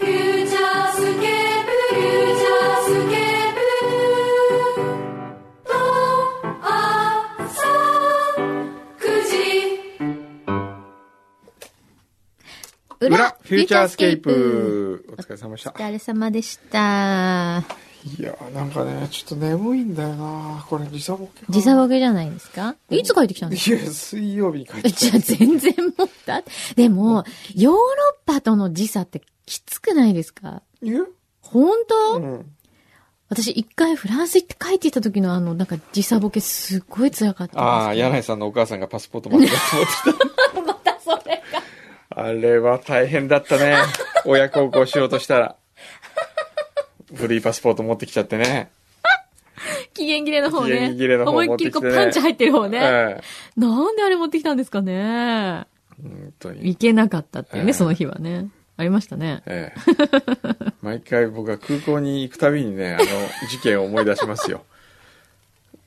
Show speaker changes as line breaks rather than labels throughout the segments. フューチャースケープ、フューチャースケープ、と、あ、さ、くじ、
裏フューチャースケープ
お疲れ様でし
お
た
疲れ様でした
いやーなんかねちょっと眠いんだよなこれ時差ボケかな
時差ボケじゃないですかいつ帰ってきたんですか
いや水曜日に帰っ
え
て
じゃあ全然もうだでも、ヨーロッパとの時差ってきつくないですか
いや
本
う
当、
ん
私一回フランス行って帰ってきた時のあの、なんか時差ボケすっごい辛かったんです
ああ柳井さんのお母さんがパスポート持ってたと思って
またそれが。
た あれは大変だったね親孝行しようと したら古いパスポート持ってきちゃってね
期限切れの方ね。
期限切れの方
思い
持
っ
っ
きり
てき
こ
てね
うパンチ入ってる方ね、
え
なんであれ持ってきたんですかね
え本当に
いけなかったっていうね、
ええ
その日はね。ありましたね。
ええ 毎回僕は空港に行くたびにねあの事件を思い出します よ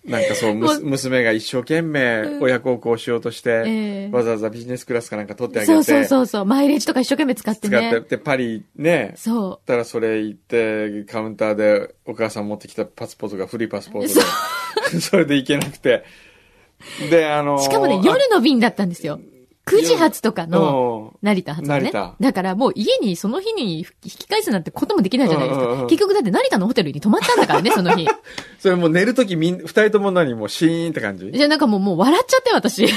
なんかそうむす娘が一生懸命親孝行しようとして、
ええ
わざわざビジネスクラスかなんか取ってあげて
そうそうそうそう。マイレージとか一生懸命使って
使って
ね。
でパリね
そ
たらそれ行ってカウンターでお母さん持ってきたパスポートが古いパスポートで それで行けなくてであの
う。しかもね、夜の便だったんですよ。9時発とかの
の
成田発のね。
成田
だからもう家にその日に引き返すなんてこともできないじゃないです
うんうんう
か。
ん
結局だって成田のホテルに泊まったんだからね、その 日。
それもう寝る時みん二人とも何もうシーンって感じ
じゃあなんかもうもう笑っちゃって私。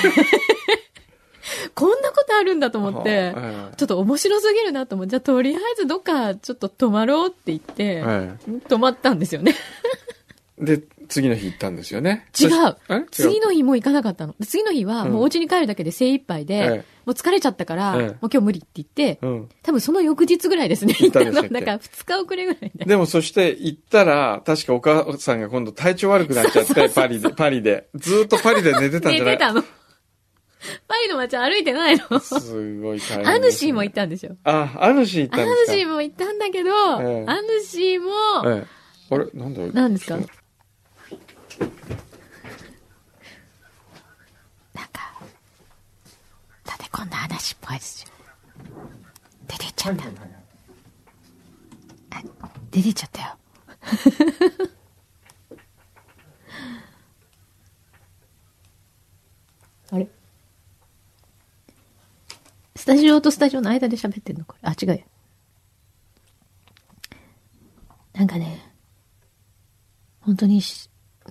こんなことあるんだと思って。
は
ちょっと面白すぎるなと思って、じゃあとりあえずどっかちょっと泊まろうって言って
い、はい
泊まったんですよね。
で、次の日行ったんですよね。
違う
え違う
次の日もう行かなかったの。で次の日は、
うん
もうお家に帰るだけで精一杯で、
ええ
もう疲れちゃったから、
ええ
もう今日無理って言って、
うん。
多分その翌日ぐらいですね、行っ
行ったた
の。
ん
な
でし
ん
たっけ
か2日遅れぐらいで。
でもそして行ったら、確かお母さんが今度体調悪くなっちゃって、パリで、パリで。ずーっとパリで寝てたんじ
寝
ゃな
て
い
たの。パリの街歩いてないの。
すごい大変、
アヌシーも行っ。たんですよ。
あ、アヌシー行っ
ア
たん
ヌ
ですか
シーも行ったんだけど、
ええ
アヌシーも、
ええあれなんだよ
何ですかなんか、だってこんな話っぽいですよ。出てっちゃった。あ出てっちゃったよ。 あれスタジオとスタジオの間で喋ってんのこれ。あ、違うよ。なんかね、本当にし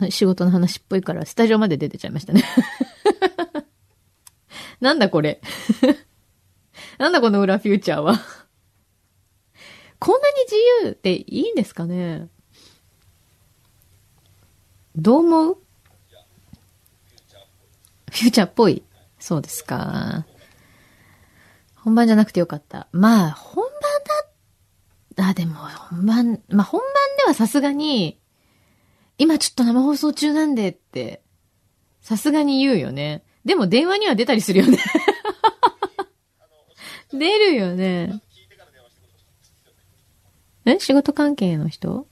仕事の話っぽいから、スタジオまで出てちゃいましたね。 なんだこれ。 なんだこの裏フューチャーは。こんなに自由っていいんですかねどう思うフューチャーっぽい。そうですか。本番じゃなくてよかった。まあ、本番だあ、でも、本番、まあ、本番ではさすがに、今ちょっと生放送中なんでって、さすがに言うよね。でも電話には出たりするよね。出るよね。え仕事関係の人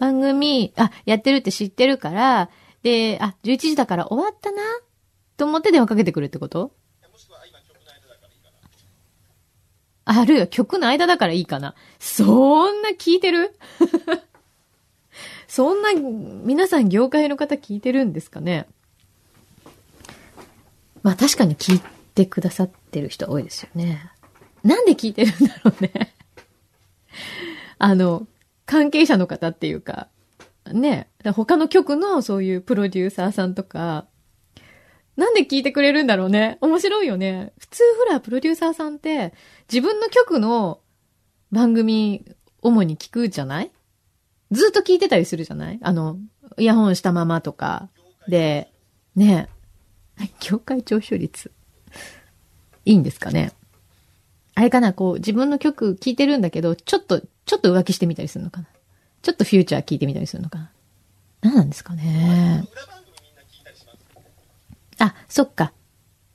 番組、あ、やってるって知ってるから、で、あ、11時だから終わったな、と思って電話かけてくるってことあるいは曲の間だからいいかな。そんな聞いてるそんな、皆さん業界の方聞いてるんですかねまあ確かに聞いてくださってる人多いですよね。なんで聞いてるんだろうね。あの、関係者の方っていうか、ね、だから他の局のそういうプロデューサーさんとか、なんで聞いてくれるんだろうね。面白いよね。普通ほら、プロデューサーさんって、自分の曲の番組、主に聞くじゃないずっと聞いてたりするじゃないあの、イヤホンしたままとか。で、ねえ。業界聴取率。いいんですかねあれかな、こう、自分の曲聴いてるんだけど、ちょっと、ちょっと浮気してみたりするのかな。ちょっとフューチャー聴いてみたりするのかな。何なんですかね。あ、そっか。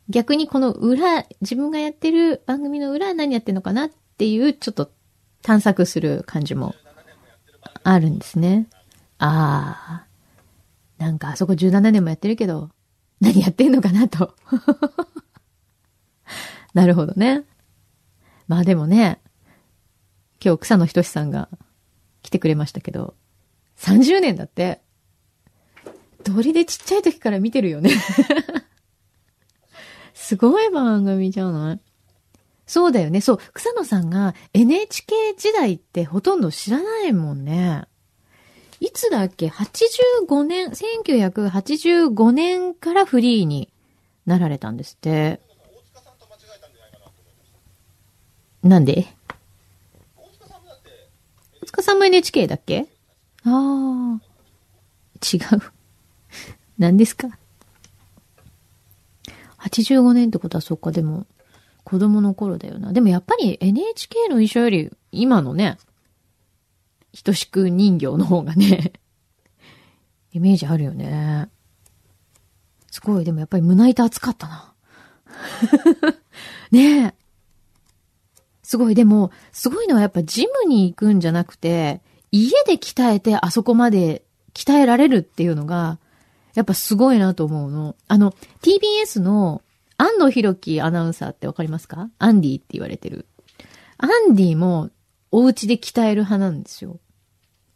逆にこの裏、自分がやってる番組の裏は何やってんのかなっていう、ちょっと探索する感じもあるんですね。ああ。なんかあそこ17年もやってるけど、何やってんのかなと。 なるほどね。まあでもね、今日草野仁さんが来てくれましたけど、30年だって。鳥でちっちゃい時から見てるよね すごい番組じゃないそうだよね。そう。草野さんが NHK 時代ってほとんど知らないもんね。いつだっけ ?85 年、1985年からフリーになられたんですって。なんで大塚さんも NHK だっけああ。違う。何ですか ?85 年ってことはそっか、でも、子供の頃だよな。でもやっぱり NHK の衣装より、今のね、等しく人形の方がね イメージあるよね。すごい、でもやっぱり胸板熱かったな。 ねえ。すごい、でも、すごいのはやっぱジムに行くんじゃなくて、家で鍛えてあそこまで鍛えられるっていうのが、やっぱすごいなと思うの。あの、TBS の安野博樹アナウンサーってわかりますかアンディって言われてる。アンディもお家で鍛える派なんですよ。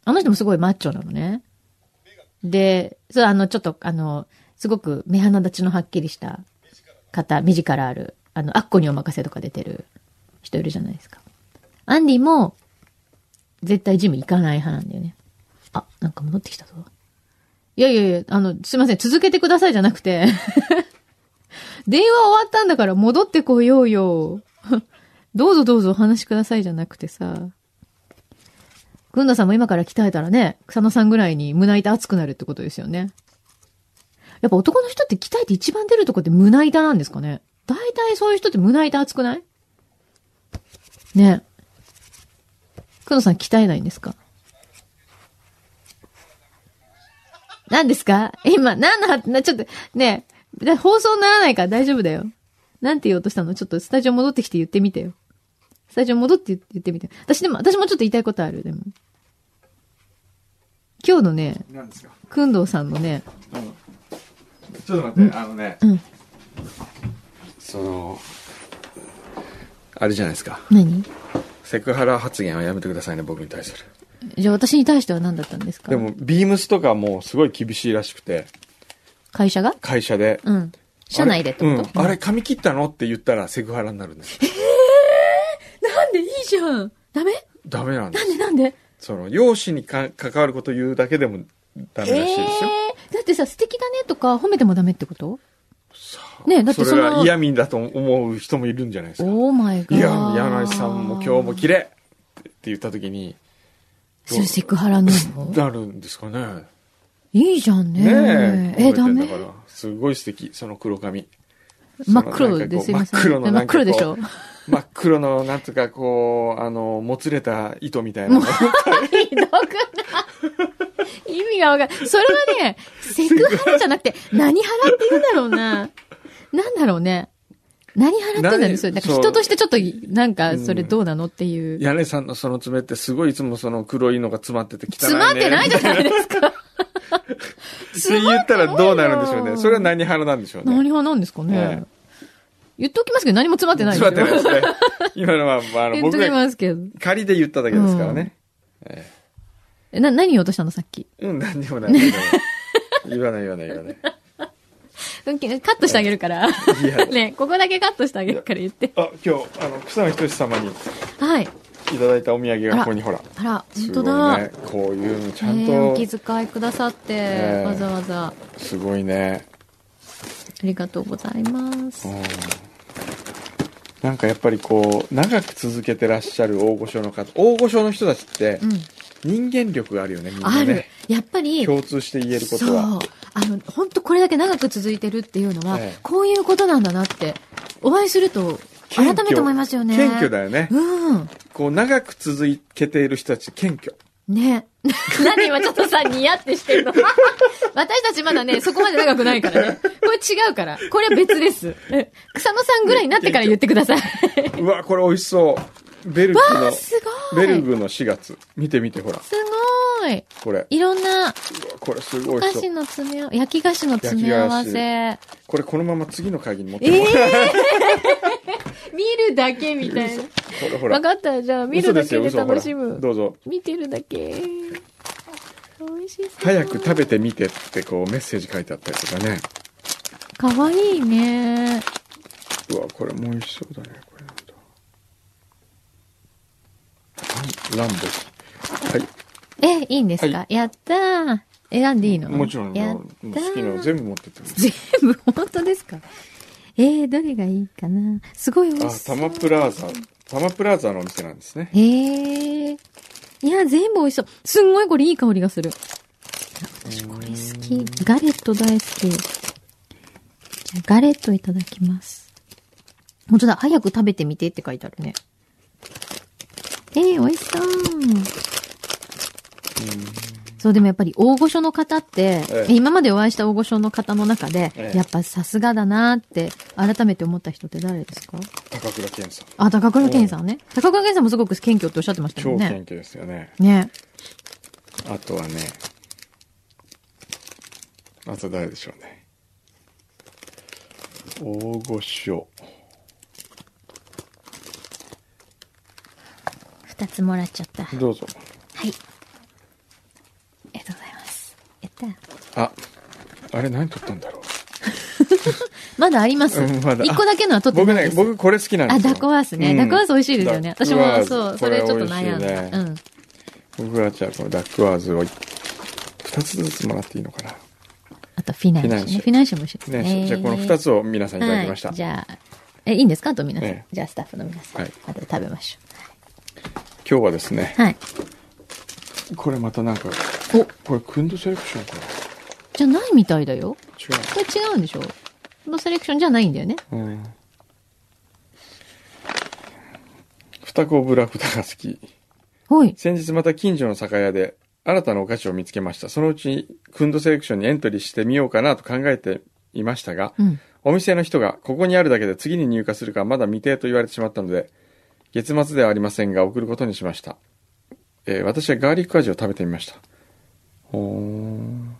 あの人もすごいマッチョなのね。で、そう、あの、ちょっと、あの、すごく目鼻立ちのはっきりした方、目力ある、あの、アッコにお任せとか出てる人いるじゃないですか。アンディも、絶対ジム行かない派なんだよね。あ、なんか戻ってきたぞ。いやいやいや、あの、すいません、続けてくださいじゃなくて 電話終わったんだから戻ってこようよ。 どうぞどうぞお話しくださいじゃなくてさ。くんださんも今から鍛えたらね、草野さんぐらいに胸板熱くなるってことですよね。やっぱ男の人って鍛えて一番出るとこって胸板なんですかね。大体そういう人って胸板熱くないね。くのさん鍛えないんですか何ですか今、何のは、な、ちょっと、ねえ、放送にならないから大丈夫だよ。なんて言おうとしたのちょっとスタジオ戻ってきて言ってみてよ。スタジオ戻って言ってみて。私でも、私もちょっと言いたいことある、でも。今日のね、
何ですか
くんどうさんのね、
あのちょっと待って、あのね、
うん。
その、あれじゃないですか。
何
セクハラ発言はやめてくださいね、僕に対する。
じゃあ私に対しては何だったんですか
でも、ビームスとかもすごい厳しいらしくて、
会社が
会社で。
うん。社内でってこと
うん、あれ、髪切ったのって言ったらセクハラになるんです。
なんでいいじゃんダメ
ダメなんで
なん
す。
でなんで
その、容姿にか関わることを言うだけでもダメらしいですよ。
えーだってさ、素敵だねとか褒めてもダメってことねえだってそ
それ
の
が嫌味だと思う人もいるんじゃないですか。
オーマイガ
い
ー。
や、柳井さんも今日も綺麗って言った時に、
それセクハラな の
なるんですかね。
いいじゃんね。
ね
え、ダ
覚
メ
てんだからすごい素敵、その黒髪。
真っ黒です
そ
い
のな
ま
ん
せん。
かこう
真っ黒でしょ
真っ黒のなんかこう真っ黒の、なんとかこう、あの、もつれた糸みたいな。
ひどくない意味がわかんない。それはね、セクハラじゃなくて、何ハラって言うんだろうな。なんだろうね。何ハラって言うんだろう
何
それなんか
そう
人としてちょっと、なんか、それどうなのっていう。
柳井さんのその爪ってすごいいつもその黒いのが詰まってて汚い
詰
ね。
まってない じゃないですか。
って言ったらどうなるんでしょうね。それは何派なんでしょうね。
何派なんですかね
ええ。
言っときますけど、何も詰まってないです
詰
よ
まってないですね。 今のは、まあ、あの
言っ
僕
とき
が
ますけど。
仮で言っただけですからね。
えな、何言おうとしたのさっき。
うん、何でもない。何でもない言わない言わない言わな
う
い。
んカットしてあげるから。
いや
ね、ここだけカットしてあげるから言って。
あ、今日、あの、草野仁様に
はい。
いただいたお土産がここにほら。
あら、 本
す
当
ご
だ。
いね。こういうのちゃん
ねえお
と、
気遣いくださって、
え
わざわざあ
すごいね。
りがとうございます、
うんなんかやっぱりこう、長く続けてらっしゃる大御所の方、大御所の人たちって
うん、
人間力があるよね、みん
あ
な
る
ね。
やっぱり
共通して言えること
そう
は。
あの本当これだけ長く続いてるっていうのは、
ええ
こういうことなんだなってお会いすると改めて思いますよね。
謙虚だよね。
うん。
こう、長く続けている人たち、謙虚。
ね。何今ちょっとさ、ニヤってしてるの。 私たちまだね、そこまで長くないからね。これ違うから。これは別です。え草野さんぐらいになってから言ってください。
うわ、これ美味しそう。ベルグ
あ
の、
すごい。
ベルグの4月。見てみて、ほら。
すごい。
これ。
いろんな
うわこれすごい美
菓
味しそ
子
う。
の詰め合わせ、焼き菓子の詰め合わせ。
これこのまま次の会議に持って
ええ
こ
見るだけみたいな。
う。これほら
分。かった。じゃあ、見る
嘘
だ
です
け
よ、
で
嘘ほ
楽
ら。
しむ。
どうぞ。
見てるだけ。美味しそう。
早く食べてみてってこうメッセージ書いてあったりとかね。
かわいいね。
うわ、これも美味しそうだね。これなんだ。ランランボス。はい。
え、いいんですか、
は
やったー。選んでいいの
もちろん、
やっ
もう
たー
好きなの全部持ってっても
全部、本当ですかえー、どれがいいかなすごい美
あ
味し、そ
タ
う。
マプラザ。タマプラザのお店なんですね。
えー。いや、全部美味しそう。すんごいこれいい香りがする。あ私これ好き。ガレット大好き。じゃあガレットいただきます。本当だ、早く食べてみてって書いてあるね。えー、美味しそう。そう、でもやっぱり大御所の方って、
ええ
今までお会いした大御所の方の中で、
ええ
やっぱさすがだなって改めて思った人って誰ですか
高倉健さん。
あ、高倉健さんね。高倉健さんもすごく謙虚っておっしゃってました
超
よね。
謙虚ですよね。
ね。
あとはね、あと誰でしょうね。大御所。
二つもらっちゃった。はい。
どうぞ。
ありがとうございます。やった。
あ、あれ何撮ったんだろう。
まだあります。
うんまだ
一個だけのは取って
僕
ない
ね
で、す。
僕これ好きなんで
あ、
すよ。
ダコワースね。
うん
ダコワース美味しいですよね。
ダ
私
ックワー
も
ス
そう、それちょっと悩ん
これ美味しい
だ。うん。
僕はじゃあこのダックワーズを2つずつもらっていいのかな。
あとフィナンシェね。フ
フ
ィナンシェも美味しいです
ね、
ね。
じゃあこの2
つ
つを皆さんいただきました。
じゃあ、え、いいんですかあと皆さん。
ええ
じゃあスタッフの皆さん。
はい
あとで食べましょ
今日はですね
う。、はい。
これまたなんか、
お、
これクンドセレクションか
じゃないみたいだよ。
な違う。
これ違うんでしょこのセレクションじゃないんだよね。
うん。双子ブラフタが好き。
はい。
先日また近所の酒屋で新たなお菓子を見つけました。そのうちにクンドセレクションにエントリーしてみようかなと考えていましたが、
うん。
お店の人がここにあるだけで次に入荷するかはまだ未定と言われてしまったので、月末ではありませんが送ることにしました。えー私はガーリック味を食べてみました。ほーん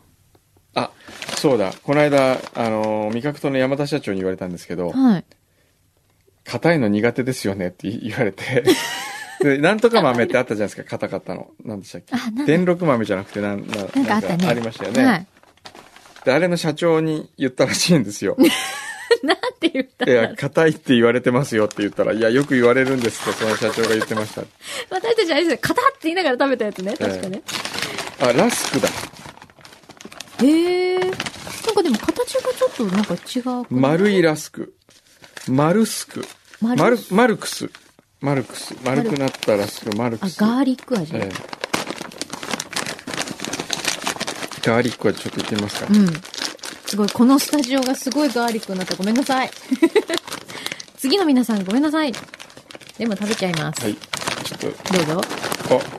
あ、そうだ。この間、あのー味覚党の山田社長に言われたんですけど、
はい。
硬いの苦手ですよねって言われてでなんとか豆ってあったじゃないですかカタカタの何でしたっ
あなん
け
だ
電力豆じゃなくてなんな
なんかあったね。
ありましたよね、
はい。
であれの社長に言ったらしいんですよ
なんて言ったら
いや硬いって言われてますよって言ったらいやよく言われるんですってその社長が言ってました
私たちあれですよ、カタって言いながら食べたやつね、確かね。
あラスクだ
へえ。なんかでも形がちょっとなんか違う。
丸いラスクマルスク
丸
マルマルクスマルクス丸くなったラスクマル
あ
ク、ス
ガーリック味。
ええガーリックはちょっといってみますか、
うん。すごい、このスタジオがすごいガーリックになった。ごめんなさい。 次の皆さんごめんなさい。でも食べちゃいます。
はいちょっと
どうぞ。
あ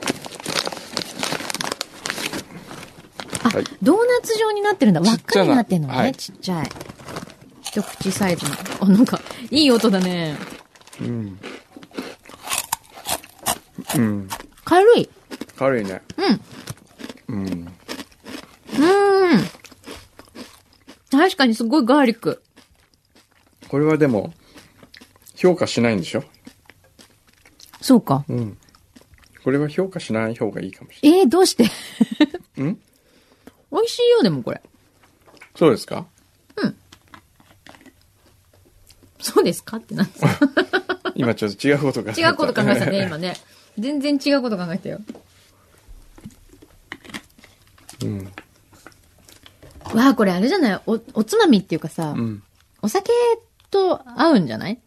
あ、
はい
ドーナツ状になってるんだ。輪っ
ちっち
か
ゃな
になってんのね。
はい
ちっちゃい。一口サイズの。あ、なんか、いい音だね。
うん。うん。
軽い。
軽いね。
うん。
うん。
うーん。確かにすごいガーリック。
これはでも、評価しないんでしょ
そうか。
うん。これは評価しない方がいいかもし
えー、どうして
れない。ん
美味しいよ、でもこれ。
そうですか
そうですかってなんです か
今ちょっと違うことが。
違うこと考えてたね、今。ね。全然違うこと考えたよ。
うん。
わあ、これあれじゃないお、おつまみっていうかさ、
うん。
お酒と合うんじゃない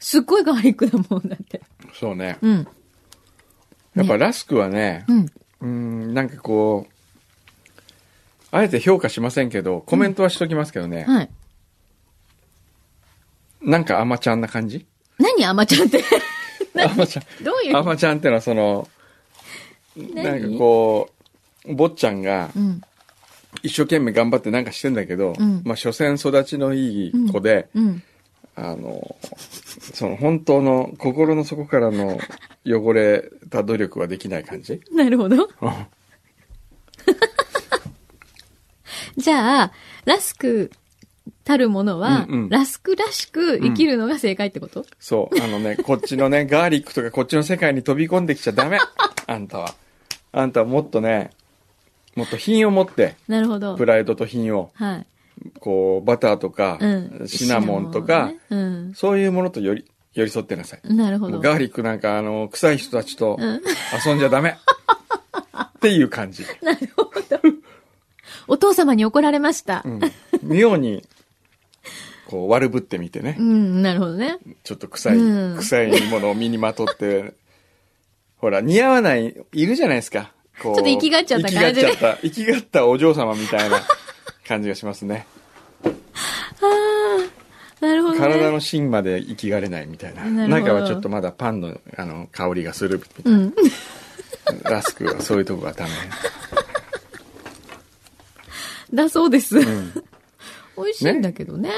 すっごいガーリックだもんだって。
そうね。
うん。
やっぱラスクはね、
うん。
うん、なんかこう、あえて評価しませんけど、コメントはしときますけどね。
はい。
なんか甘ちゃんな感じ
何アマちゃんって。
アマちゃん
どういう
アマちゃんってのはそのなんかこう坊ちゃんが
うん。
一生懸命頑張ってなんかしてんだけど、
うん
まあ所詮育ちのいい子で、
うん。
あのその本当の心の底からの汚れた努力はできない感じ
なるほど。じゃあ、ラスクたるものは、
うんうん
ラスクらしく生きるのが正解ってこと、
そうあのねこっちのね ガーリックとかこっちの世界に飛び込んできちゃダメあんたはあんたはもっとねもっと品を持って
なるほど。
プライドと品を
はい。
こうバターとか、
うん。
シナモンとか、
シナモンね
そういうものとより寄り添ってなさい
うん。なるほ
も
ど
う。ガーリックなんかあの臭い人たちと
うん
遊んじゃダメっていう感じ、
お父様に怒られました。
うん、妙にこう悪ぶってみてね
う、ん、なるほどね。
ちょっと臭い、
うん
臭いものを身にまとって ほら似合わないいるじゃないですかこう
ちょっと生きがっちゃった
生
感
き
じ
が
で
っちゃった生きがったお嬢様みたいな感じがしますね
なるほど、ね。
体の芯まで生きがれないみたいな
なるほど
中はちょっとまだパンのあの香りがするみたいな
うん。
ラスクはそういうとこがダメ。
だそうです。
うん
美味しいんだけどね。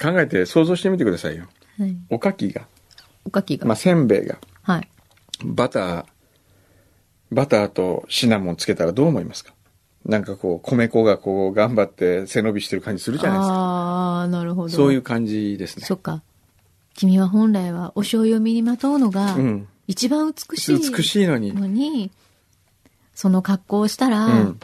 考えて想像してみてくださいよ。
はい。
おかきが、
おかきが。
まあ、せんべいが、
はい。
バター、バターとシナモンつけたらどう思いますかなんかこう、米粉がこう、頑張って背伸びしてる感じするじゃないですか。
ああ、なるほど。
そういう感じですね
そ。っか。君は本来はお醤油を身にまとうのが
うん、
一番美しい
美しいのに。
のに、その格好をしたら
うん、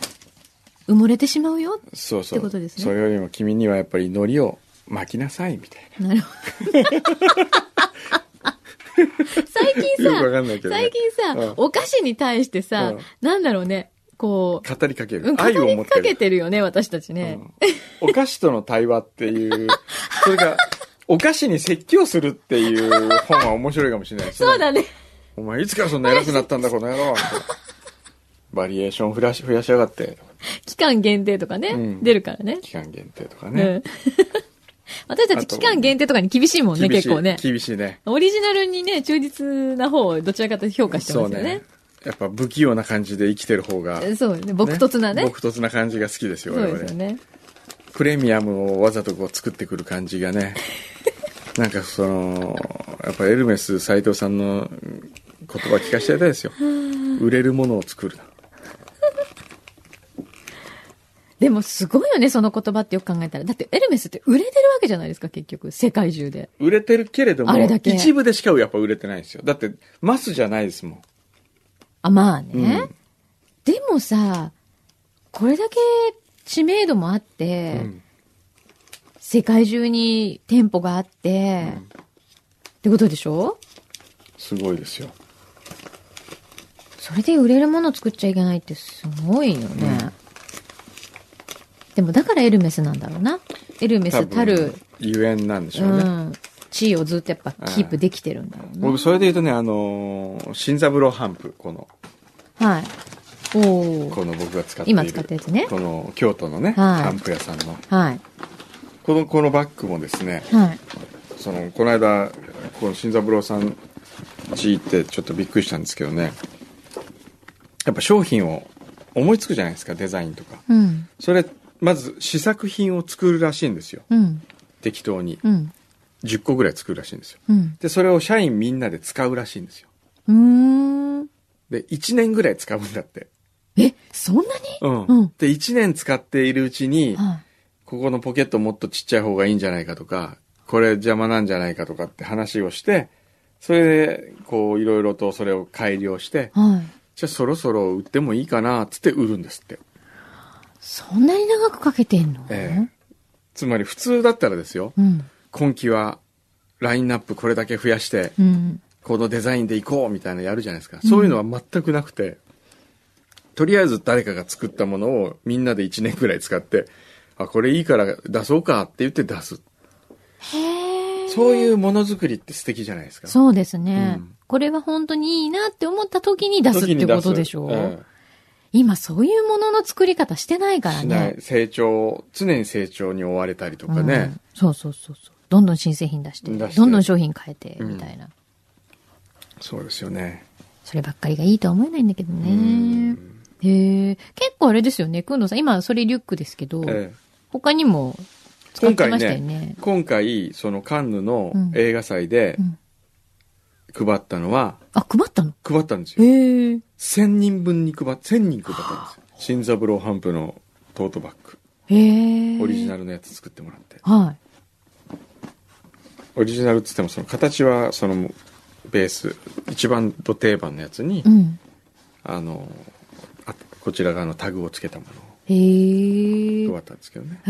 埋もれてしまうよ。
そうそ
ってこ
う。
とですね
それよりも君にはやっぱり海苔を巻きなさい、みたい
なるほ ど。最近
よくわかんないけ
さ、
どね
最近
うん
さ、お菓子に対してさ
うん、
なんだろうね、こう
な。語りかける。
うん、語
愛を持
り
って
か
る。
けてるよね、私たち
う
ね。
んお菓子との対話っていう、それが、お菓子に説教するっていう本は面白いかもしれないですね。
そうだね。
お前いつからそんな偉くなったんだ、この野郎。バリエーション増やし増やしやがって、
期間限定とかね、
うん
出るからね。
期間限定とか
う
ね。
ん。 私たち期間限定とかに厳しいもんね、
厳しい
結構ね。
厳しいね。
オリジナルにね、忠実な方をどちらかと評価して
そ
ま
う
すよ
ね
ね。。
やっぱ不器用な感じで生きてる方が。
えそうね。朴訥なね。
朴突な感じが好きですよ、
そう
我
ですよ
々。
ね。
プレミアムをわざとこう作ってくる感じがね。 なんかその、やっぱエルメス斎藤さんのうん言葉聞かせてやりたいですよ。売れるものを作るな。
でもすごいよね、その言葉ってよく考えたら。だってエルメスって売れてるわけじゃないですか、結局。世界中で。
売れてるけれども
あれだ、け
一部でしかやっぱ売れてないんですよ。だって、マスじゃないですもん。
あ、まあ
う
ね
ん。
でもさ、これだけ知名度もあって、
うん
世界中に店舗があって、ってことでしょ
すごいですよ。
それで売れるもの作っちゃいけないってすごいよね。でもだからエルメスなんだろうな。エルメ
多
ス
分
たる、
ゆえんなんでし
う
ょうね。
ん、地位をずっとやっぱキープできてるんだろうな。
僕、それで言うとね、あのー、新三郎ハンプ、この、
はい。おー。
この僕が使っている。
今使ったやつね。
この、京都のね、
はい
ハンプ屋さんの。
はい。
この、このバッグもですね、
はい。
その、この間、この新三郎さんち行ってちょっとびっくりしたんですけどね、やっぱ商品を思いつくじゃないですか、デザインとか。
うん。
それ、まず試作品を作るらしいんですよ。
うん。
適当に。
うん。
10個ぐらい作るらしいんですよ。
うん。
で、それを社員みんなで使うらしいんですよ。
うーん。
で、1年ぐらい使うんだって。
え、そんなに
うん。
うん
で、1年使っているうちに、
は
ここのポケットもっとちっちゃい方がいいんじゃないかとか、これ邪魔なんじゃないかとかって話をして、それで、こう、いろいろとそれを改良して、
い。はい。
じゃあそろそろ売ってもいいかな、つって売るんですって。
そんなに長くかけてんの
えつまり普通だったらですよ、
うん。
今期はラインナップこれだけ増やして、
うん。
このデザインでいこうみたいなのやるじゃないですか。そういうのは全くなくて、とりあえず誰かが作ったものをみんなで1年くらい使って、あ、これいいから出そうかって言って出す。
へえ。
そういうものづくりって素敵じゃないですか。
そうですね。
うん
これは本当にいいなって思った時に出すってことでしょう、
時に出す
今そういうものの作り方してないか
うん
ら
しない
ね。
成長、常に成長に追われたりとかね。
うんそうそうそうそう。どんどん新製品出して、
出して
どんどん商品変えて、みたいな。
そうですよね。
そればっかりがいいとは思えないんだけどね。へえ。結構あれですよね、くんどうさん。今、それリュックですけど、
ええ
他にも使っ
今
て
回
ましたよ
ね
ね。
今回、そのカンヌの
うん
映画祭で
うん
配ったのは、
あ、配ったの
配ったんですよ。
へえ。
1000人分に配っ、1000人配ったんですよ。新三郎ハンプのトートバッグ。
へえ。
オリジナ
ル。
ルのやつ作ってもらって。
はい。
オリジナルっつってもその形はそのベース一番ど定番のやつに、
うん。
あのあこちら側のタグをつけたもの
へえ。
を配
はい。
ったんですけどね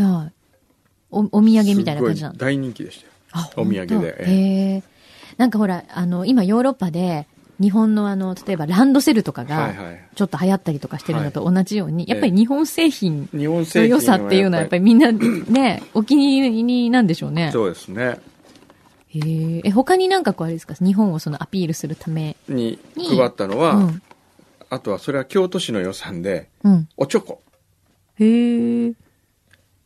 お、お土産みたいな感じなの
すっごい大人気でしたよ
あ
お土産で
本当
ええ
へえ。なんかほら、あの、今ヨーロッパで、日本のあの、例えばランドセルとか
は
が
い、はい
ちょっと流行ったりとかしてるのと同じように、やっぱり日本製品
日本製
の
品
良さっていうのはやっぱりみんな ね、お気に入りなんでしょうね。
そうですね
へえ。え、他になんかこうあれですか日本をそのアピールするため。
に
に
配ったの
う
は、
ん。
あとはそれは京都市の予算で
うん。
おチョコ
へえ。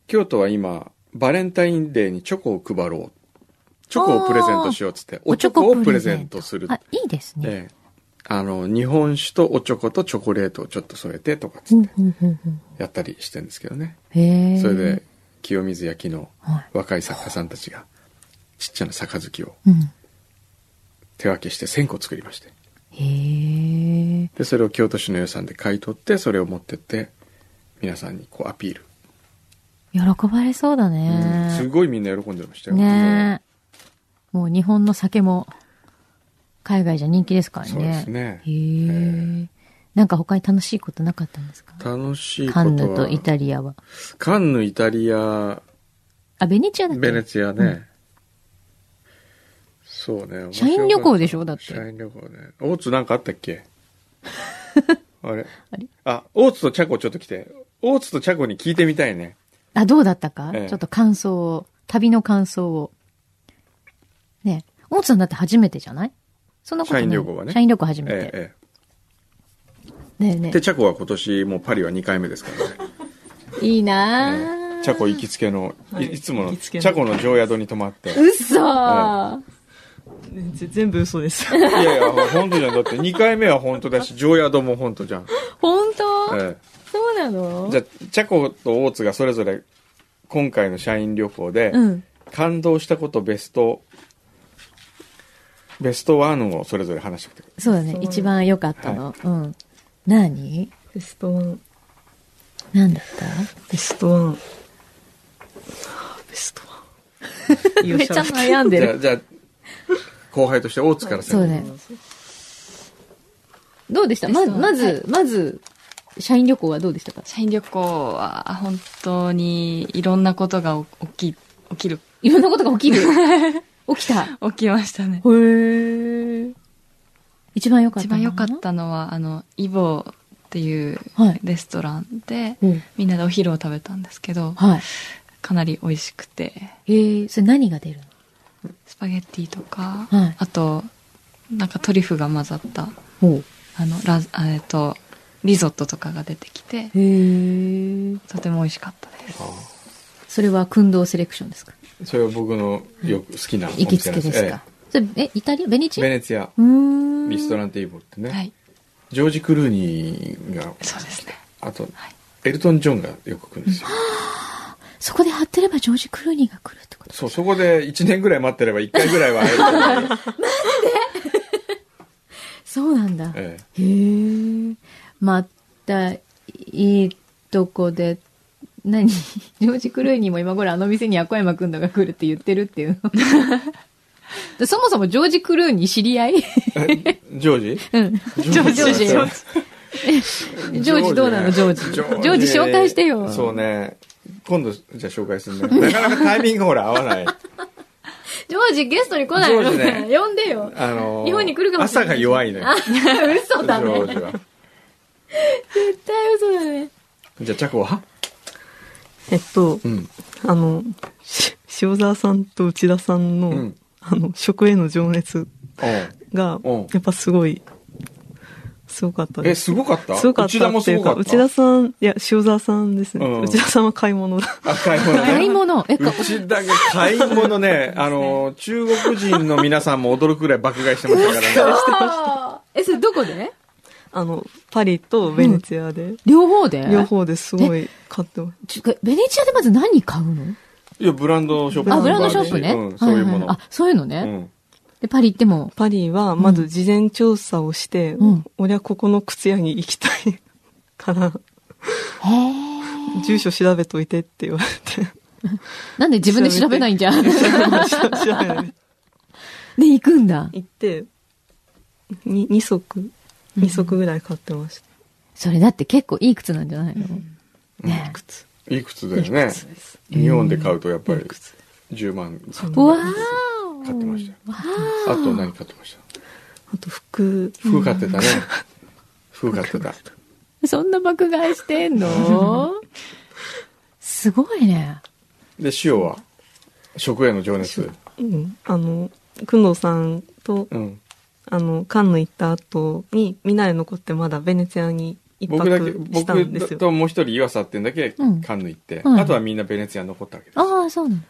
京都は今バレンタインデーにチョコを配ろうチョコをプレゼントしようっつっておチョコをプレゼントする
あ、いいですね。
ええ、あの日本酒とおチョコとチョコレートをちょっと添えてとかっ
う
つっ
ん
て
うんうんうん
やったりしてるんですけどね、
へえ。
それで清水焼の
は
若い作家さんたちがちっちゃな杯を
い。うん。
手分けして1,000個作りまして
へえ。
でそれを京都市の予算で買い取ってそれを持ってって皆さんにこうアピール、
喜ばれそうだ
うん
ね。
すごいみんな喜んでましたよ
ねえ。もう日本の酒も、海外じゃ人気ですからね。
そうですね
へえ。なんか他に楽しいことなかったんですか
楽しいこと
カ
は
ンヌとイタリアは。
カンヌイタリア
あ、ベネチアだっけ
ベネチアね、
うん
そうね
社員旅行でしょだって
社員旅行ね大津なんかあったっ けあ
あ
れ
れ
あ大津とチャコちょっと来て大津とチャコに聞いてみたいね
あ、どうだったか、
ええ
ちょっと感想を、旅の感想を。ねえ。大津さんだって初めてじゃないそんなことない
社員旅行はね
社員旅行初めて。
ええ
ねえ
ええ
ね
でチャコは今年もうパリは2回目ですからね、
え。いいな
え
ぁ、
えチャコ行きつけの、い、
い
いつもの
行き
チ
つけの
ャコの常宿に泊まってい
嘘、
は
ねぜ全部嘘です。
やいや本当じゃんだって2回目は本当だし常宿も本当じゃん、
本当、
え
そうな
え
の
じゃあチャコと大津がそれぞれ今回の社員旅行で、
うん。
感動したことベストベストワンをそれぞれ話してくれ
そうだね
そ。う
一番良かったの。うん。何
ベストワン、
何だった
ベストワン。ベスト ワン。
めっちゃ悩んで
じゃあ
る。
じゃあ後輩として大津から
そうね。どうでしたままず、まず、社員旅行はどうでしたか
社員旅行は本当にいろんなことが起き、起きる、
いろんなことが起きる。 起きた。
起きましたね。
へえ。一番良かっ
一
たのは
番良かったのは、あの、イボっていう
はい
レストランで、
うん
みんなでお昼を食べたんですけど、
はい。
かなり美味しくて、
へえ、それ何が出る
スパゲッティとか、
はい
あと、なんかトリュフが混ざった、
のお
あの、ラ、あえっと、リゾットとかが出てきて、
へえ。
とても美味しかったです。
それは、訓導セレクションですか
それは僕のよく好きなお
行きつ
店な
け
ん
ですか、それえ、イタリアベネ
ええ
チアう
ベネツィア
ーん。
リストランテイボってね、
はい。
ジョージ・クルーニーが
そうですね。
あと、
はい
エルトン・ジョンがよく来るんですよ
そこで張ってればジョージ・クルーニーが来るってこと
そうそこで1年ぐらい待ってれば1回ぐらいは会えると思うよ
そうなんだ。
ええ
へえ。また、いいとこで、何 ジョージ・クルーニーも今頃あの店にアコヤマくんのが来るって言ってるっていう のそもそもジョージ・クルーニー知り合い
えジョージ
うん。
ジョージ
ジョージジョージどうなのジョージ。ジョージ紹介してよ。
そうね今度じゃあ紹介するねなかなかタイミングほら合 わない
ジョージゲストに来ないの
ジョー ジ
ね。呼んでよ。
あのー
日本に来るかもしれない
朝が弱いのよ。
嘘だね。
ジョージ
絶
は。
対嘘だね。
じゃあ、チャコは
えっと、
ん。
あの、し塩沢さんと内田さんの、
うん
あの、食への情熱が
うん、
やっぱすごい、すごかった
え、
です。
すごかった
すごかった
内田も
って
す
いう
ごか
か、
った。
内田さん、いや、塩沢さんですね。
うん
内田さんは買い物だ。
あ、買い物
買い
ね。
物。え、か、
内田が買い物ね、あの、中国人の皆さんも驚くぐらい爆買いしてましたからね。
え、それどこで
あの、パリとベネチアで、
両方で
両。方ですごい買ってます。
ちょベネチアでまず何買うの
いや、ブランドショップ
あ、ブランドショップね。
うん、そういうもの。
ははあ、そういうの
う
ね。
ん。
で、パリ行っても。
パリは、まず事前調査をして、
うん
俺はここの靴屋に行きたい から、
へー
住所調べといてって言われて。
なんで自分で調べないんじゃん。 で、
調べないで
行くんだ。
行って、に2足、2足ぐらい買ってました。
それだって結構いい靴なんじゃないのね
靴。
いい靴だよね。
靴です。
日本で買うとやっぱり
靴。
10万
う
え。わーお
買ってましたよ。
わ
あと何買ってました
あと服、
服買ってたね。服買ってた。
ーそんな爆買いしてん のすごいね。
で、塩は食への情熱。
うん、あの、くんどうさんと、
うん。
あの、カンヌ行った後に、みんなで残ってまだベネチアに一泊
僕だけ、
したんです
僕
よ。
ともう一人岩佐っていうんだけ
うん
カンヌ行って、
うん
あとはみんなベネツィアに残ったわけです。
ああ、そうなの。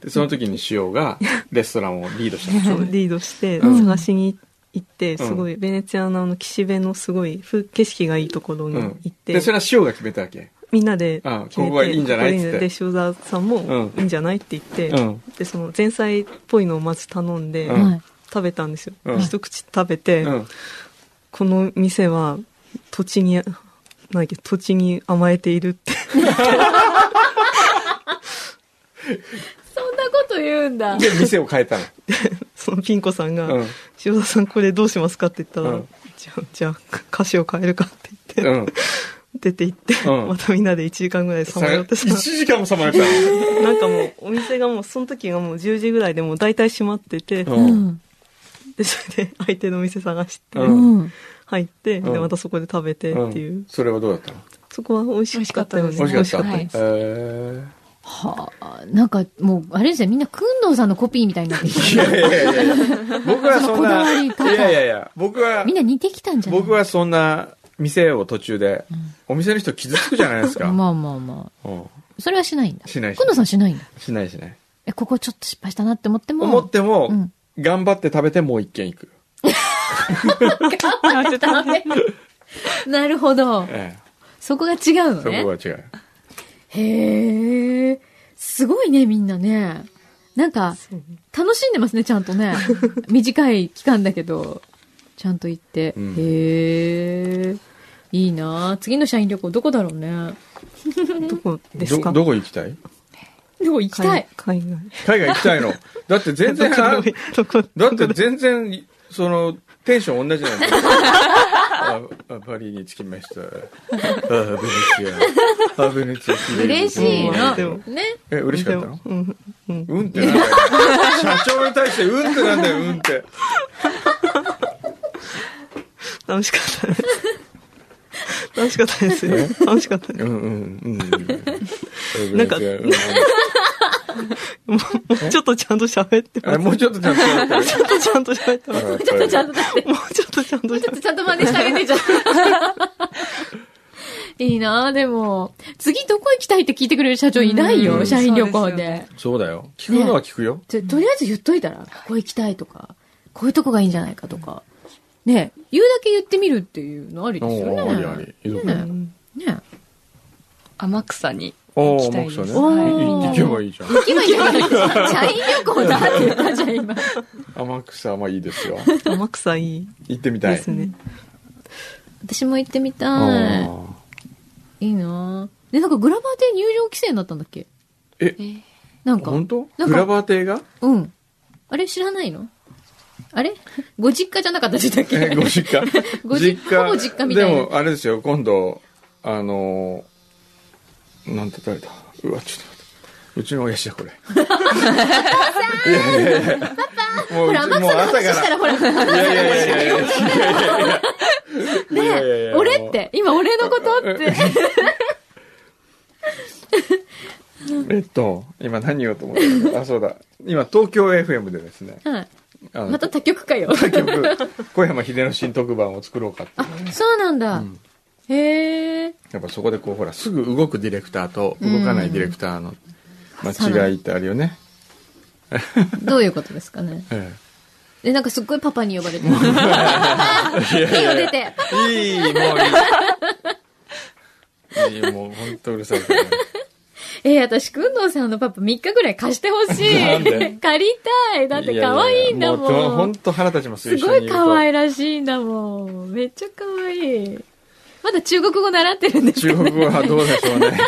でその時に塩 がレストランをリードしたんです
そ
よ
う、リードして、
うん
探しに行って、すごい、ベネチアのあの、岸辺のすごい、風景色がいいところに
うん
行っ。て
で、、それは塩が決めたわけ。
みんなで
あ
決めて
ここがいいんじゃない
ここ
っつって
で塩沢さんも
う
いいんじゃないって言って、
うん
でその前菜っぽいのをまず頼んで、
うん
はい。
食べたんですよ、
うん
一口食べて、
うん。
この店は土地になんだっけ土地に甘えているって
そんなこと言うんだ。
で、店を変えたの。
そのピン子さんが「
うん
塩沢さんこれどうしますか?」って言ったら「
うん
じゃあじゃあ歌詞を変えるか」って言って、
うん。
出て行って、
うん
またみんなで1時間ぐらいさまよってさ
1時間もさまよったの。
なんかもうお店がもうその時がもう10時ぐらいでもう大体閉まってて、
う
うんん。
でそれで相手のお店探して、
う
うん。
入って、
う
で
ん
またそこで食べてっていう、
うんそれはどうだったの
そこは美味しかったよね
美
美
味しかった。
美
え
味しか
ー
はあ、なんかもう、あれですね、みんな、くんどうさんのコピーみたいになってき
いやいやいやいや僕はそん
こだ
な、
わり
い
方
やいやいや、僕は
た。み、んな似てきたんじゃない
僕はそんな店を途中で、お店の人傷つくじゃないですか。
まあまあま
うん
あ。それはしないんだ。
しないし
くんどうさんしないんだ。
しないしない。
え、ここちょっと失敗したなって思っても。
思っても、
うん
頑張って食べてもう一軒行く。
なるほど。
え
そこが違うの
え、そこ
ね
は。違う。
へえ。すごいね、みんなね。なんか、楽しんでますね、ちゃんと ね。短い期間だけど、ちゃんと行って。
うん
へえ。いいなあ次の社員旅行どこだろうね。
どこですか
どどこ行きたい
でも行きたい。
海海外
海外行きたいの。だって全然、だっ
どこ
て全然、その、テンション同じなんだよああパリに着きました。あベネチア。あベネチア綺麗。
嬉しいの。
でも
ね。
え、嬉しかったの
でもうんうん
うんってなんだよ。社長に対してうんってなんだよ、うんって。
楽しかったです楽しかったですよ楽しかったです
うんうんうん。うん
なんか
うんうん
もうもうちょっとちゃんと喋って
あれ
ますも
もうちょっとちゃんとやってる
うちょっ とちゃんと喋って ますも
ちょっとちゃんとだって。
う
ちょっ
ちょっとちゃんと喋って
と
ます
ちゃんと真似してあげてじゃん。いいなあでも。次どこ行きたいって聞いてくれる社長いないよ、
うん
社員旅行
そう
で。
ですよね
そうだよ。聞くのは聞くよ。
ちょとりあえず言っといたら、ここ行きたいとか、こういうとこがいいんじゃないかとか。ねえ言うだけ言ってみるっていうのありですよね。
おーありありいいとこ
ね
うん
えねえ
天草に
お
行き
ー
たいです。
天草ね
はい
おー
行けばいいじゃん。
行けばいいじゃない社員旅行だって言ったじゃん、今。
天草まあいいですよ。
天草いい
行ってみたい。
ですね
私も行ってみ
あ
たい。
ー
いいなあで、なんかグラバーって入場規制になったんだっけ
え
なんか。
本当
なんか
グラバー亭が
うん。あれ知らないのあれご実家じゃなかったでしたっ
え
け
ご実家
ご実ほぼ実家みたいな
でもあれですよ、今度、あのー、なんて誰だうわ、ちょっと待って。うちの親父だ、これ。いやいやいやも
ほ
うう
ら、
ち
天
もう
草の
朝
話し
か
た
ら
らほら、
いやいやいやいやいやいやいやい
ね
や
俺って、今俺のことって。
えっと、今何言おうと思ったのあ、そうだ。今、東京 FM でですね、
はい。
あの
また他局かよ。
結局、小山秀之新特番を作ろうかっていう。
そうなんだ。
うん
へえ。
やっぱそこでこう、ほら、すぐ動くディレクターと動かないディレクターの間違いってあるよね。
どういうことですかね。
え
え、なんかすっごいパパに呼ば れてる。手を出て。
えいい、もういい。いい、もうほんとうる さいからね。
えー、私、くんどうさんのパパ3日ぐらい貸してほし
なんで
い。借りたい。だって可愛いんだ
いやいやいやもう
も
ほ
ん
ん。と腹立ちますよ、
すごい可愛
い。
らしいんだもん。めっちゃ可愛い。まだ中国語習ってるんです
中
か
国
ね
語はどうでしょう ね。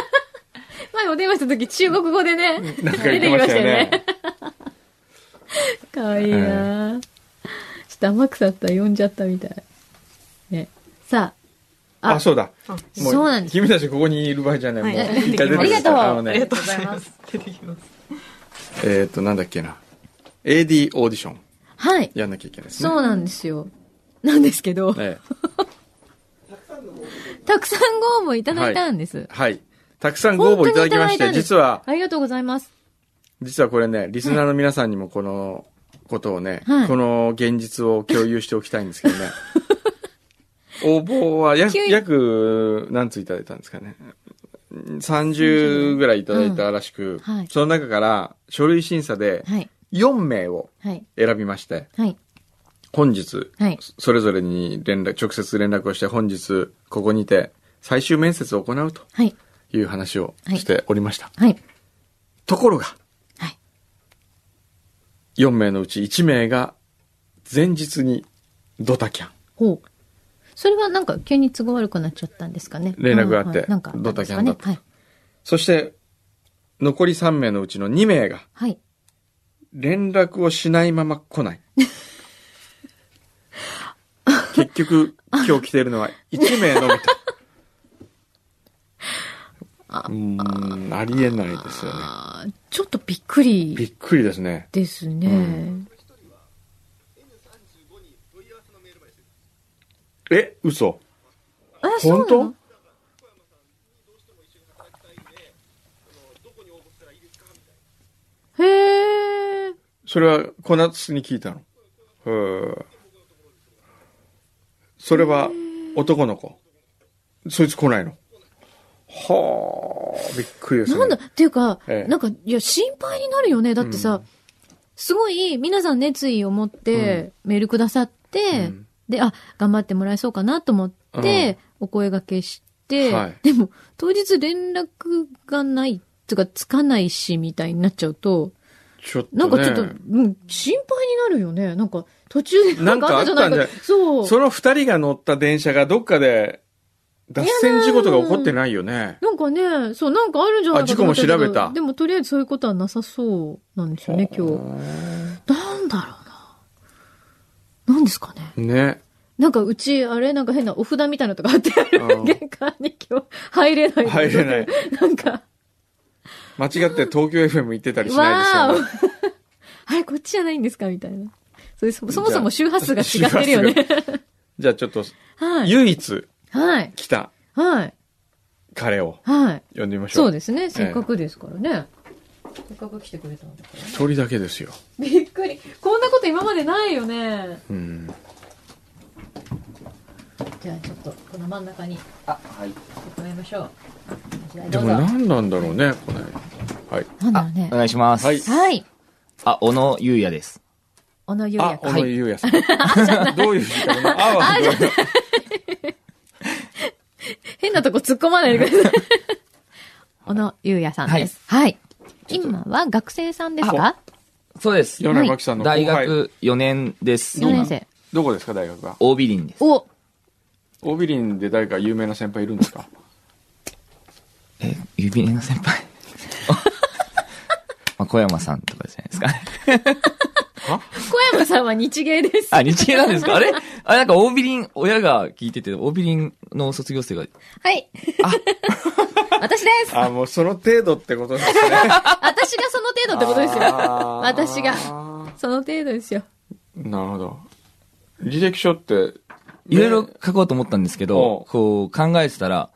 前お電話した時中国語でね、
なんか
出
言
き
っててま
まし
したた
よ
よ
ね
ね。。
可愛いな、ぁちょっと天草ったら呼んじゃったみたい。ね。さあ、
あ、そうだ。も
そうなんです
君たちここにいる場合じゃない。もう
はい
一回出て
ありがとう
あのね
ありがとうございます。
出てきま す。
えっと、なんだっけな。AD オーディション
はい。
やんなきゃいけないですね。
そうなんですよ。なんですけど、
ええ
たくさんご応募いただいたんです。
はい。たくさんご応募いただ
本当にい
きまし
ただいた
て、
んです
実は、
ありがとうございます。
実はこれね、リスナーの皆さんにもこのことをね、
はい
この現実を共有しておきたいんですけど ね。応募は約
急に
約何ついただいたんですかね。30ぐらいいただいたらしく、
うんはい
その中から書類審査で
はい。
4名を
はい。
選びまして、
はい。
本日、
はい
それぞれに連絡、直接連絡をして本日ここにて最終面接を行うと
はい。
いう話をしておりました。
はい。
ところが、
はい
4名のうち1名が前日にドタキャン
ほう。それはなんか急に都合悪くなっちゃったんですかね。
連絡があって
はいなんかあったんですかね、
ドタキャンだそして残り3名のうちの2名が
はい。はい。
連絡をしないまま来ない結局今日来てるのは1名のみとうーんありえないですよね
あーちょっとびっくり
びっくりですね
ですね。
うんえ嘘
え、そうな
本
の
当
へえ。
それは小夏に聞いたの。へえそれは男の子。そいつ来ないの。はあ、びっくりですね。
なんだ、っていうか、
ええ
なんか、いや、心配になるよね。だってさ、
うん
すごい、皆さん熱意を持って、メールくださって、
うん
で、あ、頑張ってもらえそうかなと思って、お声掛けして、
はい
でも、当日連絡がない、つうか、つかないし、みたいになっちゃうと、
ちょっと、ね。
なんかちょっと、うん、心配になるよね。なんか、途中で
なんかあったんじゃない
なんかそう。
その二人が乗った電車がどっかで脱線事故とか起こってないよね。
なんかね、そう、なんかあるんじゃないかと思ったけど
あ事故も調べた
でも、とりあえずそういうことはなさそうなんですよね、今日。なんだろうな。なんですかね。
日。ね。
なんかうち、あれなんか変なお札みたいなのとか貼ってある
あー
玄関に今日入れない。
入れない。
なんか、
間違って東京 FM 行ってたりしないです
わ
よ
ー
ね。
おあれ、こっちじゃないんですかみたいな。それそそもそも周波数が違ってるよね。
じゃあちょっと、
はい。
唯一
はい。
来た
はい。
彼を
はい。
呼んでみましょう。
そうですね。せっかくですからね。せっかく来てくれたんだから。
一人だけですよ。
びっくり。こんなこと今までないよね。
うん。
じゃあちょっと、この真ん中に。あ、はい。伺いましょう。じゃあ
で
どう
も
ぞ。
何なんだろうね、これ。はい。
なんだろうね
お。願いします。
はい
はい。
あ、小野優也です。
小野優
あ
也、
小
か。
野優也さ ん。どういう字かな。あはどういう
変なとこ突っ込まないでください。小野優也さんです。はい。今は学生さんですか
そうです。
米真紀さんの後
大
輩。
学4年です。
?4 年生。
どこですか、大学は。
大美林です。
お
オービリンで誰か有名な先輩いるんですか
え、指輪の先輩。 まあ、小山さんとかじゃないですかね。
小山さんは日芸です。
あ、日芸なんですかあれあれなんか大美林、親が聞いてて、大美林の卒業生が、
はい。 私です
あ、もうその程度ってことですね。
私がその程度ってことですよ。私が
が。
その程度ですよ。
なるほど。履歴書って、
いろいろ書こうと思ったんですけ
おう
ど、こう考えてたら、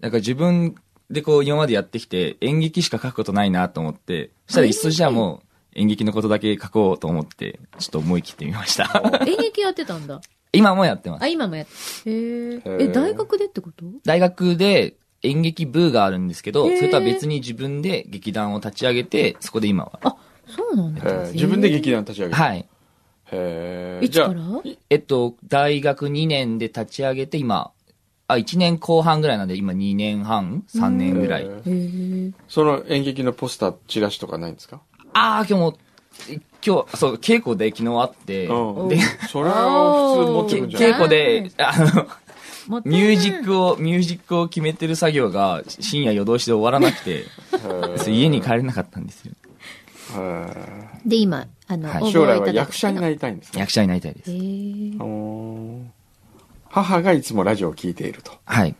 なんか自分でこう今までやってきて演劇しか書くことないなと思って、そしたらいっそじゃあもう演劇のことだけ書こうと思って、ちょっと思い切ってみました。
演劇やってたんだ。
今もやってます
あ、。今もやって。へえ。え、
ー
大学でってこと
大学で演劇部があるんですけど、
へー
それとは別に自分で劇団を立ち上げて、そこで今は。
そうなん
へ
だ
ー。自分で劇団立ち上げた。
はい。
へー
いつ
じゃ
か
あ
ら、
えっと、大学2年で立ち上げて、今、あ、1年後半ぐらいなんで、今2年半 ?3 年ぐら
へ
い。あ
ー
へえ。
その演劇のポスター、チラシとかないんですか
あー、今日も、今日、そう、稽古で昨日あって、
うん。
で、
それは普通持って
け
くんじゃない
稽古で、あの、
もったいな
ミ
い
ュージックを、ミュージックを決めてる作業が深夜夜通しで終わらなくて、それ家に帰れなかったんですよ。
へー
で、今、あの、
は
応
い
募をい
将来
ただ
はい
た
役者になりたいんですね。
役者になりたいで
へ
す。
え。
あのー母がいつもラジオを聞いていると。
はい。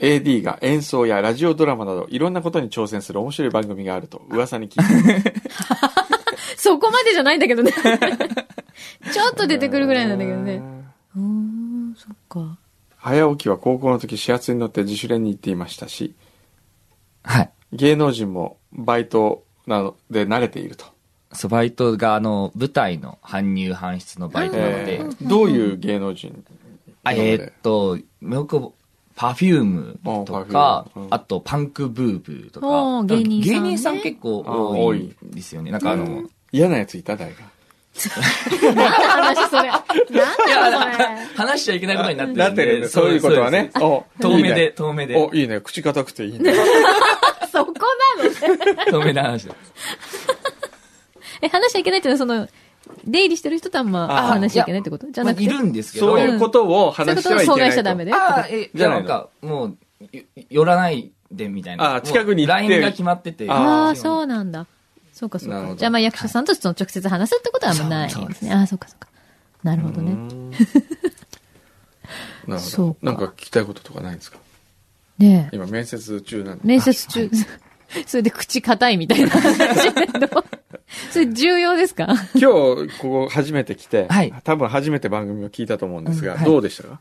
AD が演奏やラジオドラマなどいろんなことに挑戦する面白い番組があると噂に聞いています
そこまでじゃないんだけど ね。ちょっと出てくるぐらいなんだけどね。うーん、そっか。
早起きは高校の時始発に乗って自主練に行っていましたし
はい。
芸能人もバイトなどで慣れていると、
そうバイトが、あの、舞台の搬入搬出のバイトなので
え、ーどういう芸能人
あえーっと、よく、パフュームと
あ、
か
Perfume うん
あと、パンクブーブーと
お
か
ー、芸人さんね
芸人さん結構多いんですよね。なんかあの、
嫌なやついた誰か
何の話それ。何だそれ。
話しちゃいけないことになって
な
る
っ
ん
て
で、
るねそういうことはね
そう
お
です。遠
いい
目
ね
で、遠目で、
おいいね口固くていいね
そこなのね。
遠目で話してます。
え、話しちゃいけないっていうのは、その、出入りしてる人とあんま
あー
話しちゃいけないってことじゃ
まあ、
なくて。
いるんですけど、
そういうことを
そういうこ
話して
とを
はいけ
阻
な
害
いと
しちゃダメで。
ああ、え、
じ
じ
ゃ
ゃ
な
ない
の
んか、もう、よ寄らないでみたいな。
あー近くに行って
ラインが決まってて。
あ
ああ、
そう
そうなんだ。そうかそう
なるほ
か。
ど
じゃあまあ役者さんとその直接話すってことはあんまない
そうそう
で
ですす
ね。ああ、そうかそうか。なるほど
う
ね。
んなる
そ
ほ
う
ど
か
なんか聞きたいこととかないんですか
ねえ。
今面接中なんで
面接中、 それで口硬いみたいな 話だけどそれ重要ですか
今日ここ初めて来て、
はい
多分初めて番組を聞いたと思うんですが、
うんはい
どうでしたか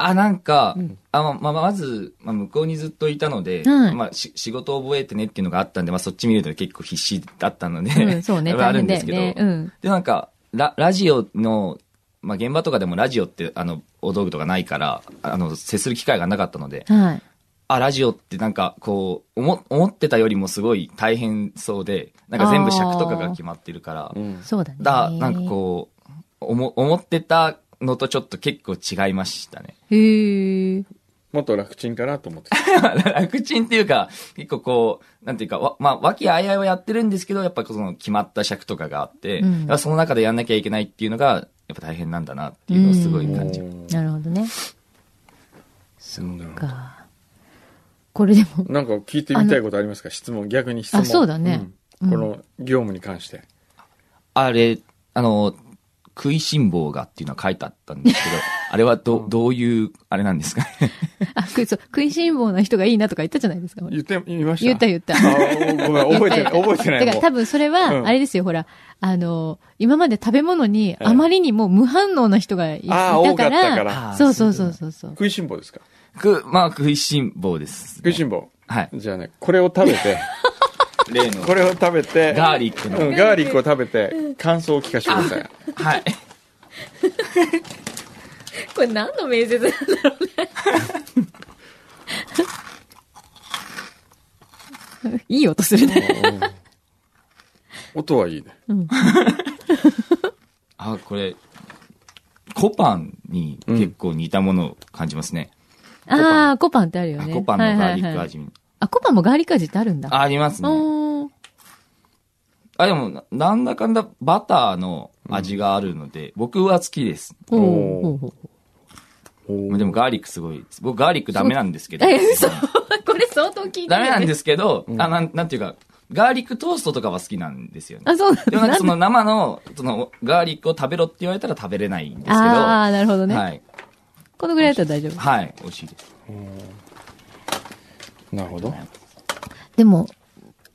あ、なんか、
ん
あまままず、まあ、向こうにずっといたので、
はい
まあ、し仕事を覚えてねっていうのがあったんで、まあ、そっち見ると結構必死だったので、
うん、そう ね。
まああ
大
る
変
ん
だ
で
よ
すけど、
ね。うん。
で、なんか、ララジオの、まあ、現場とかでもラジオって、あの、お道具とかないから、あの、接する機会がなかったので、
はい。
あ、ラジオってなんか、こう、思、思ってたよりもすごい大変そうで、なんか全部尺とかが決まってるから、
そうだね。
だ、なんかこう、思、思ってたのとちょっと結構違いましたね。
う。へえ。
もっと楽ちんかなと思ってた
楽ちんっていうか、結構こう、なんていうか、わまあ、和気あいあいはやってるんですけど、やっぱその決まった尺とかがあって、
うん
やっぱその中でやんなきゃいけないっていうのが、やっぱ大変なんだなっていうのをすごい感じ。
うん
なるほどね。
そうなんだ
か。これでも、
なんか聞いてみたいことありますか質問逆に質問
あそうだね
うん
うん
この業務に関して、
あれ、あの、食いしん坊がっていうのは書いてあった んですけど、あれはど、どういう、あれなんですかね。
あ、くそう食いしん坊な人がいいなとか言ったじゃないですか。
言ってみました
言った言った。
あおごめん覚えてない覚えてな
だか
い
ら
もう
多分それ
うん
は、あれですよ、ほら、あの、今まで食べ物にあまりにも無反応な人がいい
ああ
た
多か
か、
ったからら
あー
そうそうそうそうそう。
食いしん坊ですか
く、まあ、食いしん坊です、
食いし
ん
ん坊
はい。
じゃあねこれを食べて
例の、
これを食べて
ガーリックの。
うんガーリックを食べて感想を聞かせてください
はい。
これ何の面接なんだろうね。いい音するね。
音はいいね
あ、これ、コパンに結構似たものを感じますね。
ああ、コパンってあるよ
あ
ね。
コパンのガー
はい
リック
はいはい
味に。
あ、コパンもガーリック味ってあるんだ。
あ、ありますね。
おー
あ、でも、ななんだかんだバターの味があるので、僕は好きです。
ほう
おー
ほうほうほう
でもガーリックすごいです。僕ガーリックダメなんですけど。
え、そう。これ相当聞いてるよね。。
ダメなんですすけど、あ、なん、なんていうか、ガーリックトーストとかは好きなんですよね。
あ、そうなん
でも
だ。
なんかその生の、その、ガーリックを食べろって言われたら食べれないんですけど。
ああ、なるほどね。
はい。
このぐらいだったら大丈夫。
はい。美味しいです。
なるほど
でも、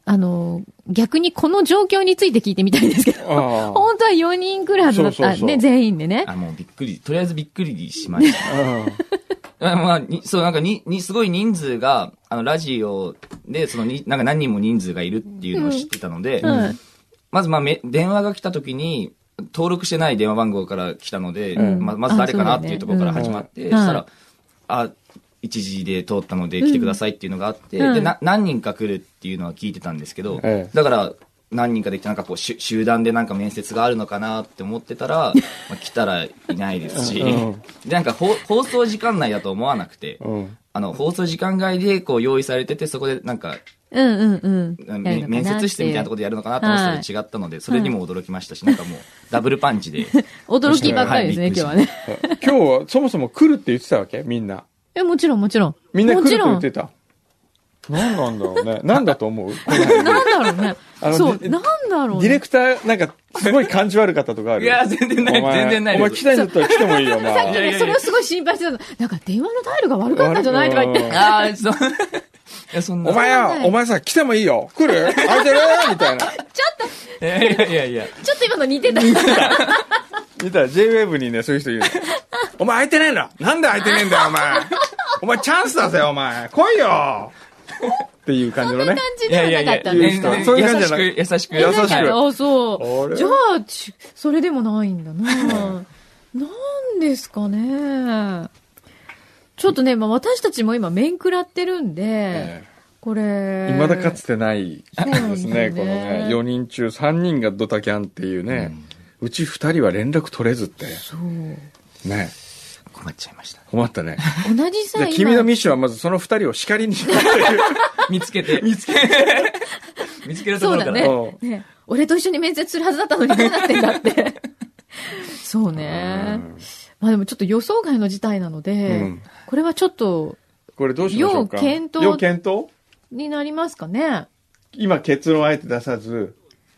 あの、逆にこの状況について聞いてみたいんですけど、
あー
本当は4人くらいだっ
そうそ
た
うそう
ね、全員でね。
あ、もうびっくり、とりあえずびっくりしました。
うん
あまあ、にそう、なんかに、に、すごい人数が、あの、ラジオで、そのに、なんか何人も人数がいるっていうのを知ってたので、
はい
まずまあめ、電話が来た時に、登録してない電話番号から来たので、
うん
ままず誰かなっていうところから
あそう
始
だよね
まって、
うん
そした
は
ら、あ、一時で通ったので来てくださいっていうのがあって、
うん
でな何人か来るっていうのは聞いてたんですけど、
ええ
だから、何人かできて、なんかこう、集集団でなんか面接があるのかなって思ってたら、まあ来たらいないですし、
うん
で、なんか放放送時間内だと思わなくて、
うん。
あの、放送時間外でこう用意されてて、そこでなんか、
うんうんうん。やるのかなってい
め
う
面接室みたいなところでやるのかなと思ってたら違ったので、それにも驚きましたし、なんかもう、ダブルパンチで。
驚きばっかりですね、
はい
今日はね。
今日はそもそも来るって言ってたわけみんな。
え、もちろんもちろん。
みんな来る
も
って
ちろ
言
ん
ってた。何 なんだろうね。何だと思う
なんだろう
あ
ね。
の
そう、
ディ
なんだろう
ディレ
ね。
クター、なんか、すごい感じ悪かったとかある。
いや、全然ない、
お前
全然ない
お前来
です。
たいんだったら来てもいいよ、お前。
いやいや
それをすごい心配してたの。なんか電話の態度が悪かったんじゃないとか言って。
うん
ああ、そう。いや、そんな。
お前よ、お前さ、来てもいいよ。来る空いてるみたいな。
いやいやいやいや。
ちょっと今の似てた。
見たら JWAVE にね、そういう人い るの。お前空いてねえんだなんで空いてねえんだよ、お前お前チャンスだぜ、お前来いよっていう感じのね。
感じ
い
で
やい
は
やい
なか
や
っ、たん
いや
で
い
す
や
か
いやそういう感じじゃな
優しく、優
優
し
しく
く。
あ、そ
あ
う。
れ
じゃあ、ちそれでもないんだな。 なんですかね。ちょっとね、まあ私たちも今面食らってるんで、
え
これ。
え未だかつてない
そう
ですね、このね、4人中3人がドタキャンっていうね、うち2人は連絡取れずって、
そう。
ね、
困っちゃいました。
困ったね。
同じ
じ
さ、
ゃあ君の
今
ミッションはまずその2人を叱りにしようっていう
見つけて。見つけ 見つけるところから。
そうだね
うん
ね、俺と一緒に面接するはずだったのにどうなってんだ って。そうね。まあでもちょっと予想外の事態なので、
うん
これはちょっと、
これどうしましょうか
要検討
要検討
になりますかね。
今結論あえて出さず、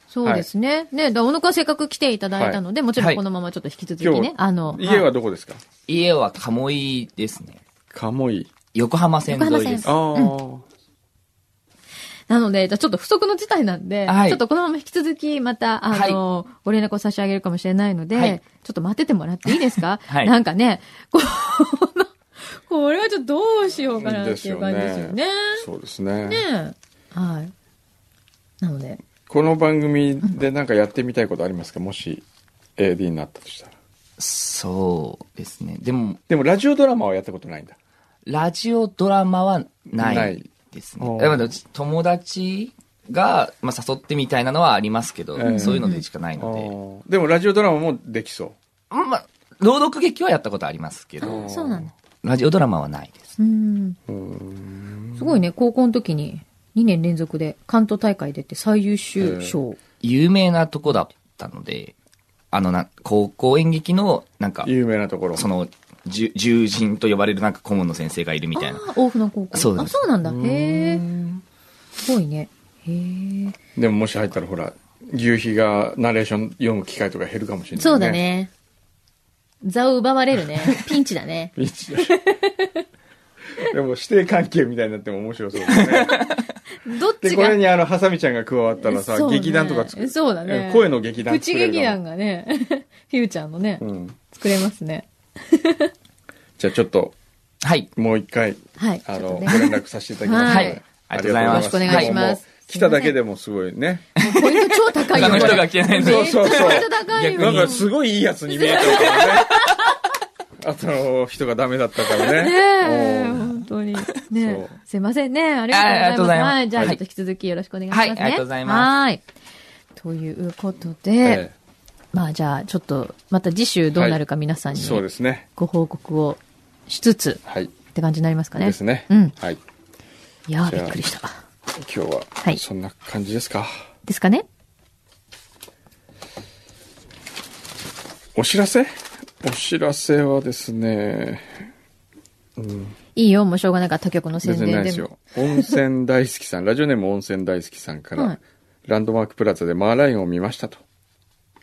そうですね。ね、だ小野くんはせっかく来ていただいたので、もちろ
は
ん
い
このままちょっと引き続き
今
ね、
日
あの、
家
は
はいどこですか
家は鴨居ですね。
鴨居。
横浜線沿いです。
ああ。
なので、じゃあちょっと不測の事態なんで、
はい
ちょっとこのまま引き続き、また、あの、ご連絡を差し上げるかもしれないので、
はい
ちょっと待っててもらっていいですか、
はい
なんかね、 この、これはちょっとどうしようかなっていう感じですよね。
そうですね
ねえ。はい。なので、
この番組で何かやってみたいことありますかもし AD になったとしたら
そうですね。でも、
でもラジオドラマはやったことないんだ
ラジオドラマは
な
ないいです
お
ね
う。
でも友達が、まあ、誘ってみたいなのはありますけど、
ええ
そういうのでしかないの
でもラジオドラマもできそ
で、まあ、朗読劇はやったことありますけ
う
ど、
ん
そうなんだ。
ラジオドラマはないです。
うん。
ううん
すごいね、高校の時に2年連続で関東大会出て最優秀賞。
有名なとこだったので、あのな、高校演劇の、なんか、
有名なところ
その、じゅ獣人と呼ばれるなんか顧問の先生がいるみたい
あ
な。
あ、大船高校。
そうです
あ、そうなんだ。へえ。すごいね。へえ。
でももし入ったらほら牛皮がナレーション読む機会とか減るかもしれない、ね、
そうだね。座を奪われるね。ピンチだね。
ピンチだでも師弟関係みたいになっても面白そうで すね
どっ
で
ち
こ
が
れ。にあのハサミちゃんが加わったらさ、
そうね
劇団とか作る
そうだね。
声の劇団
プチ
作れる
劇
か
団
も
がね、 フューチャーのね、
うん、
作れますね。
じゃあちょっと
はい。
もう一回
はい。
あ
ちょっと
の、
ね
ご連絡させていただきますので。
はい
ありがとうございます
よろしくお願いします
どうも来ただけでもすごいね。
ポイント超高いよ。
他の人
これ
が来てないの
そ
に
うそうそう
めっちゃ高いよ。
なんかすごいいいやつに見えたからね。あとの人がダメだったからね。
ねえ、
うん
本当に。
そ
ね
う
すいませんね。ありがとうございます。
あ
は
あ
い、
り
じゃあ
が
ちょ
と
っと
うございます
引き続きよろしくお願いします
はい
ね。。
ありがとうございます
はい。ということで、
え
まあじゃあちょっと、また次週どうなるか皆さん
え
に
そうですね。
ご報告をしつつ
はい。
って感じになりますかね。
ですね。
うん。
はい。
いやー
じゃ
び
あ
っくりした。
今日
は
はいそんな感じですか。
ですかね
お知らせお知らせはですね、
いいよ、もうしょうがないから他局の宣
全然な
伝
いで
ですも。
よ。温泉大好きさん、ラジオネーム温泉大好きさんか
は
ら
い、
ランドマークプラザでマーライオンを見ましたと。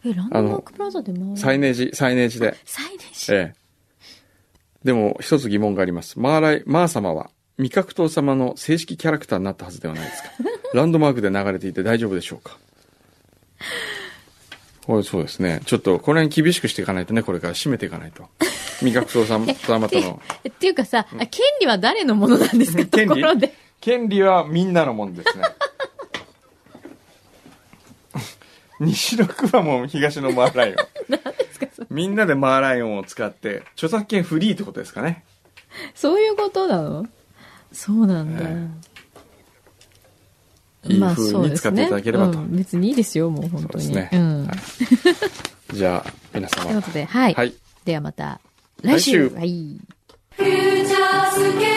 え、ランドマークプラザでも
サイネージ、サイネージで。
最年少。
ええ。でも、一つ疑問があります。マーライ、マー様は、味覚糖様の正式キャラクターになったはずではない ですか。ランドマークで流れていて大丈夫でしょうか。これそうですね。ちょっと、これに厳しくしていかないとね、これから締めていかないと。味覚糖様様との。
えっていうかさ、あ権利は誰のものなんですかところで。
権利はみんなのもん ですね西のくまモン東のマーライオンみんなでマーライオンを使って著作権フリーってことですかね
そういうことなのそうなんだ。
えいい風に使っていただければと
まあそうですねうん別にいいですよ、もう本当に。
そうですね
うん。
はいじゃあ皆様
ということで、はい。
はい
ではまた
来週
来週はい。
フューチャースケ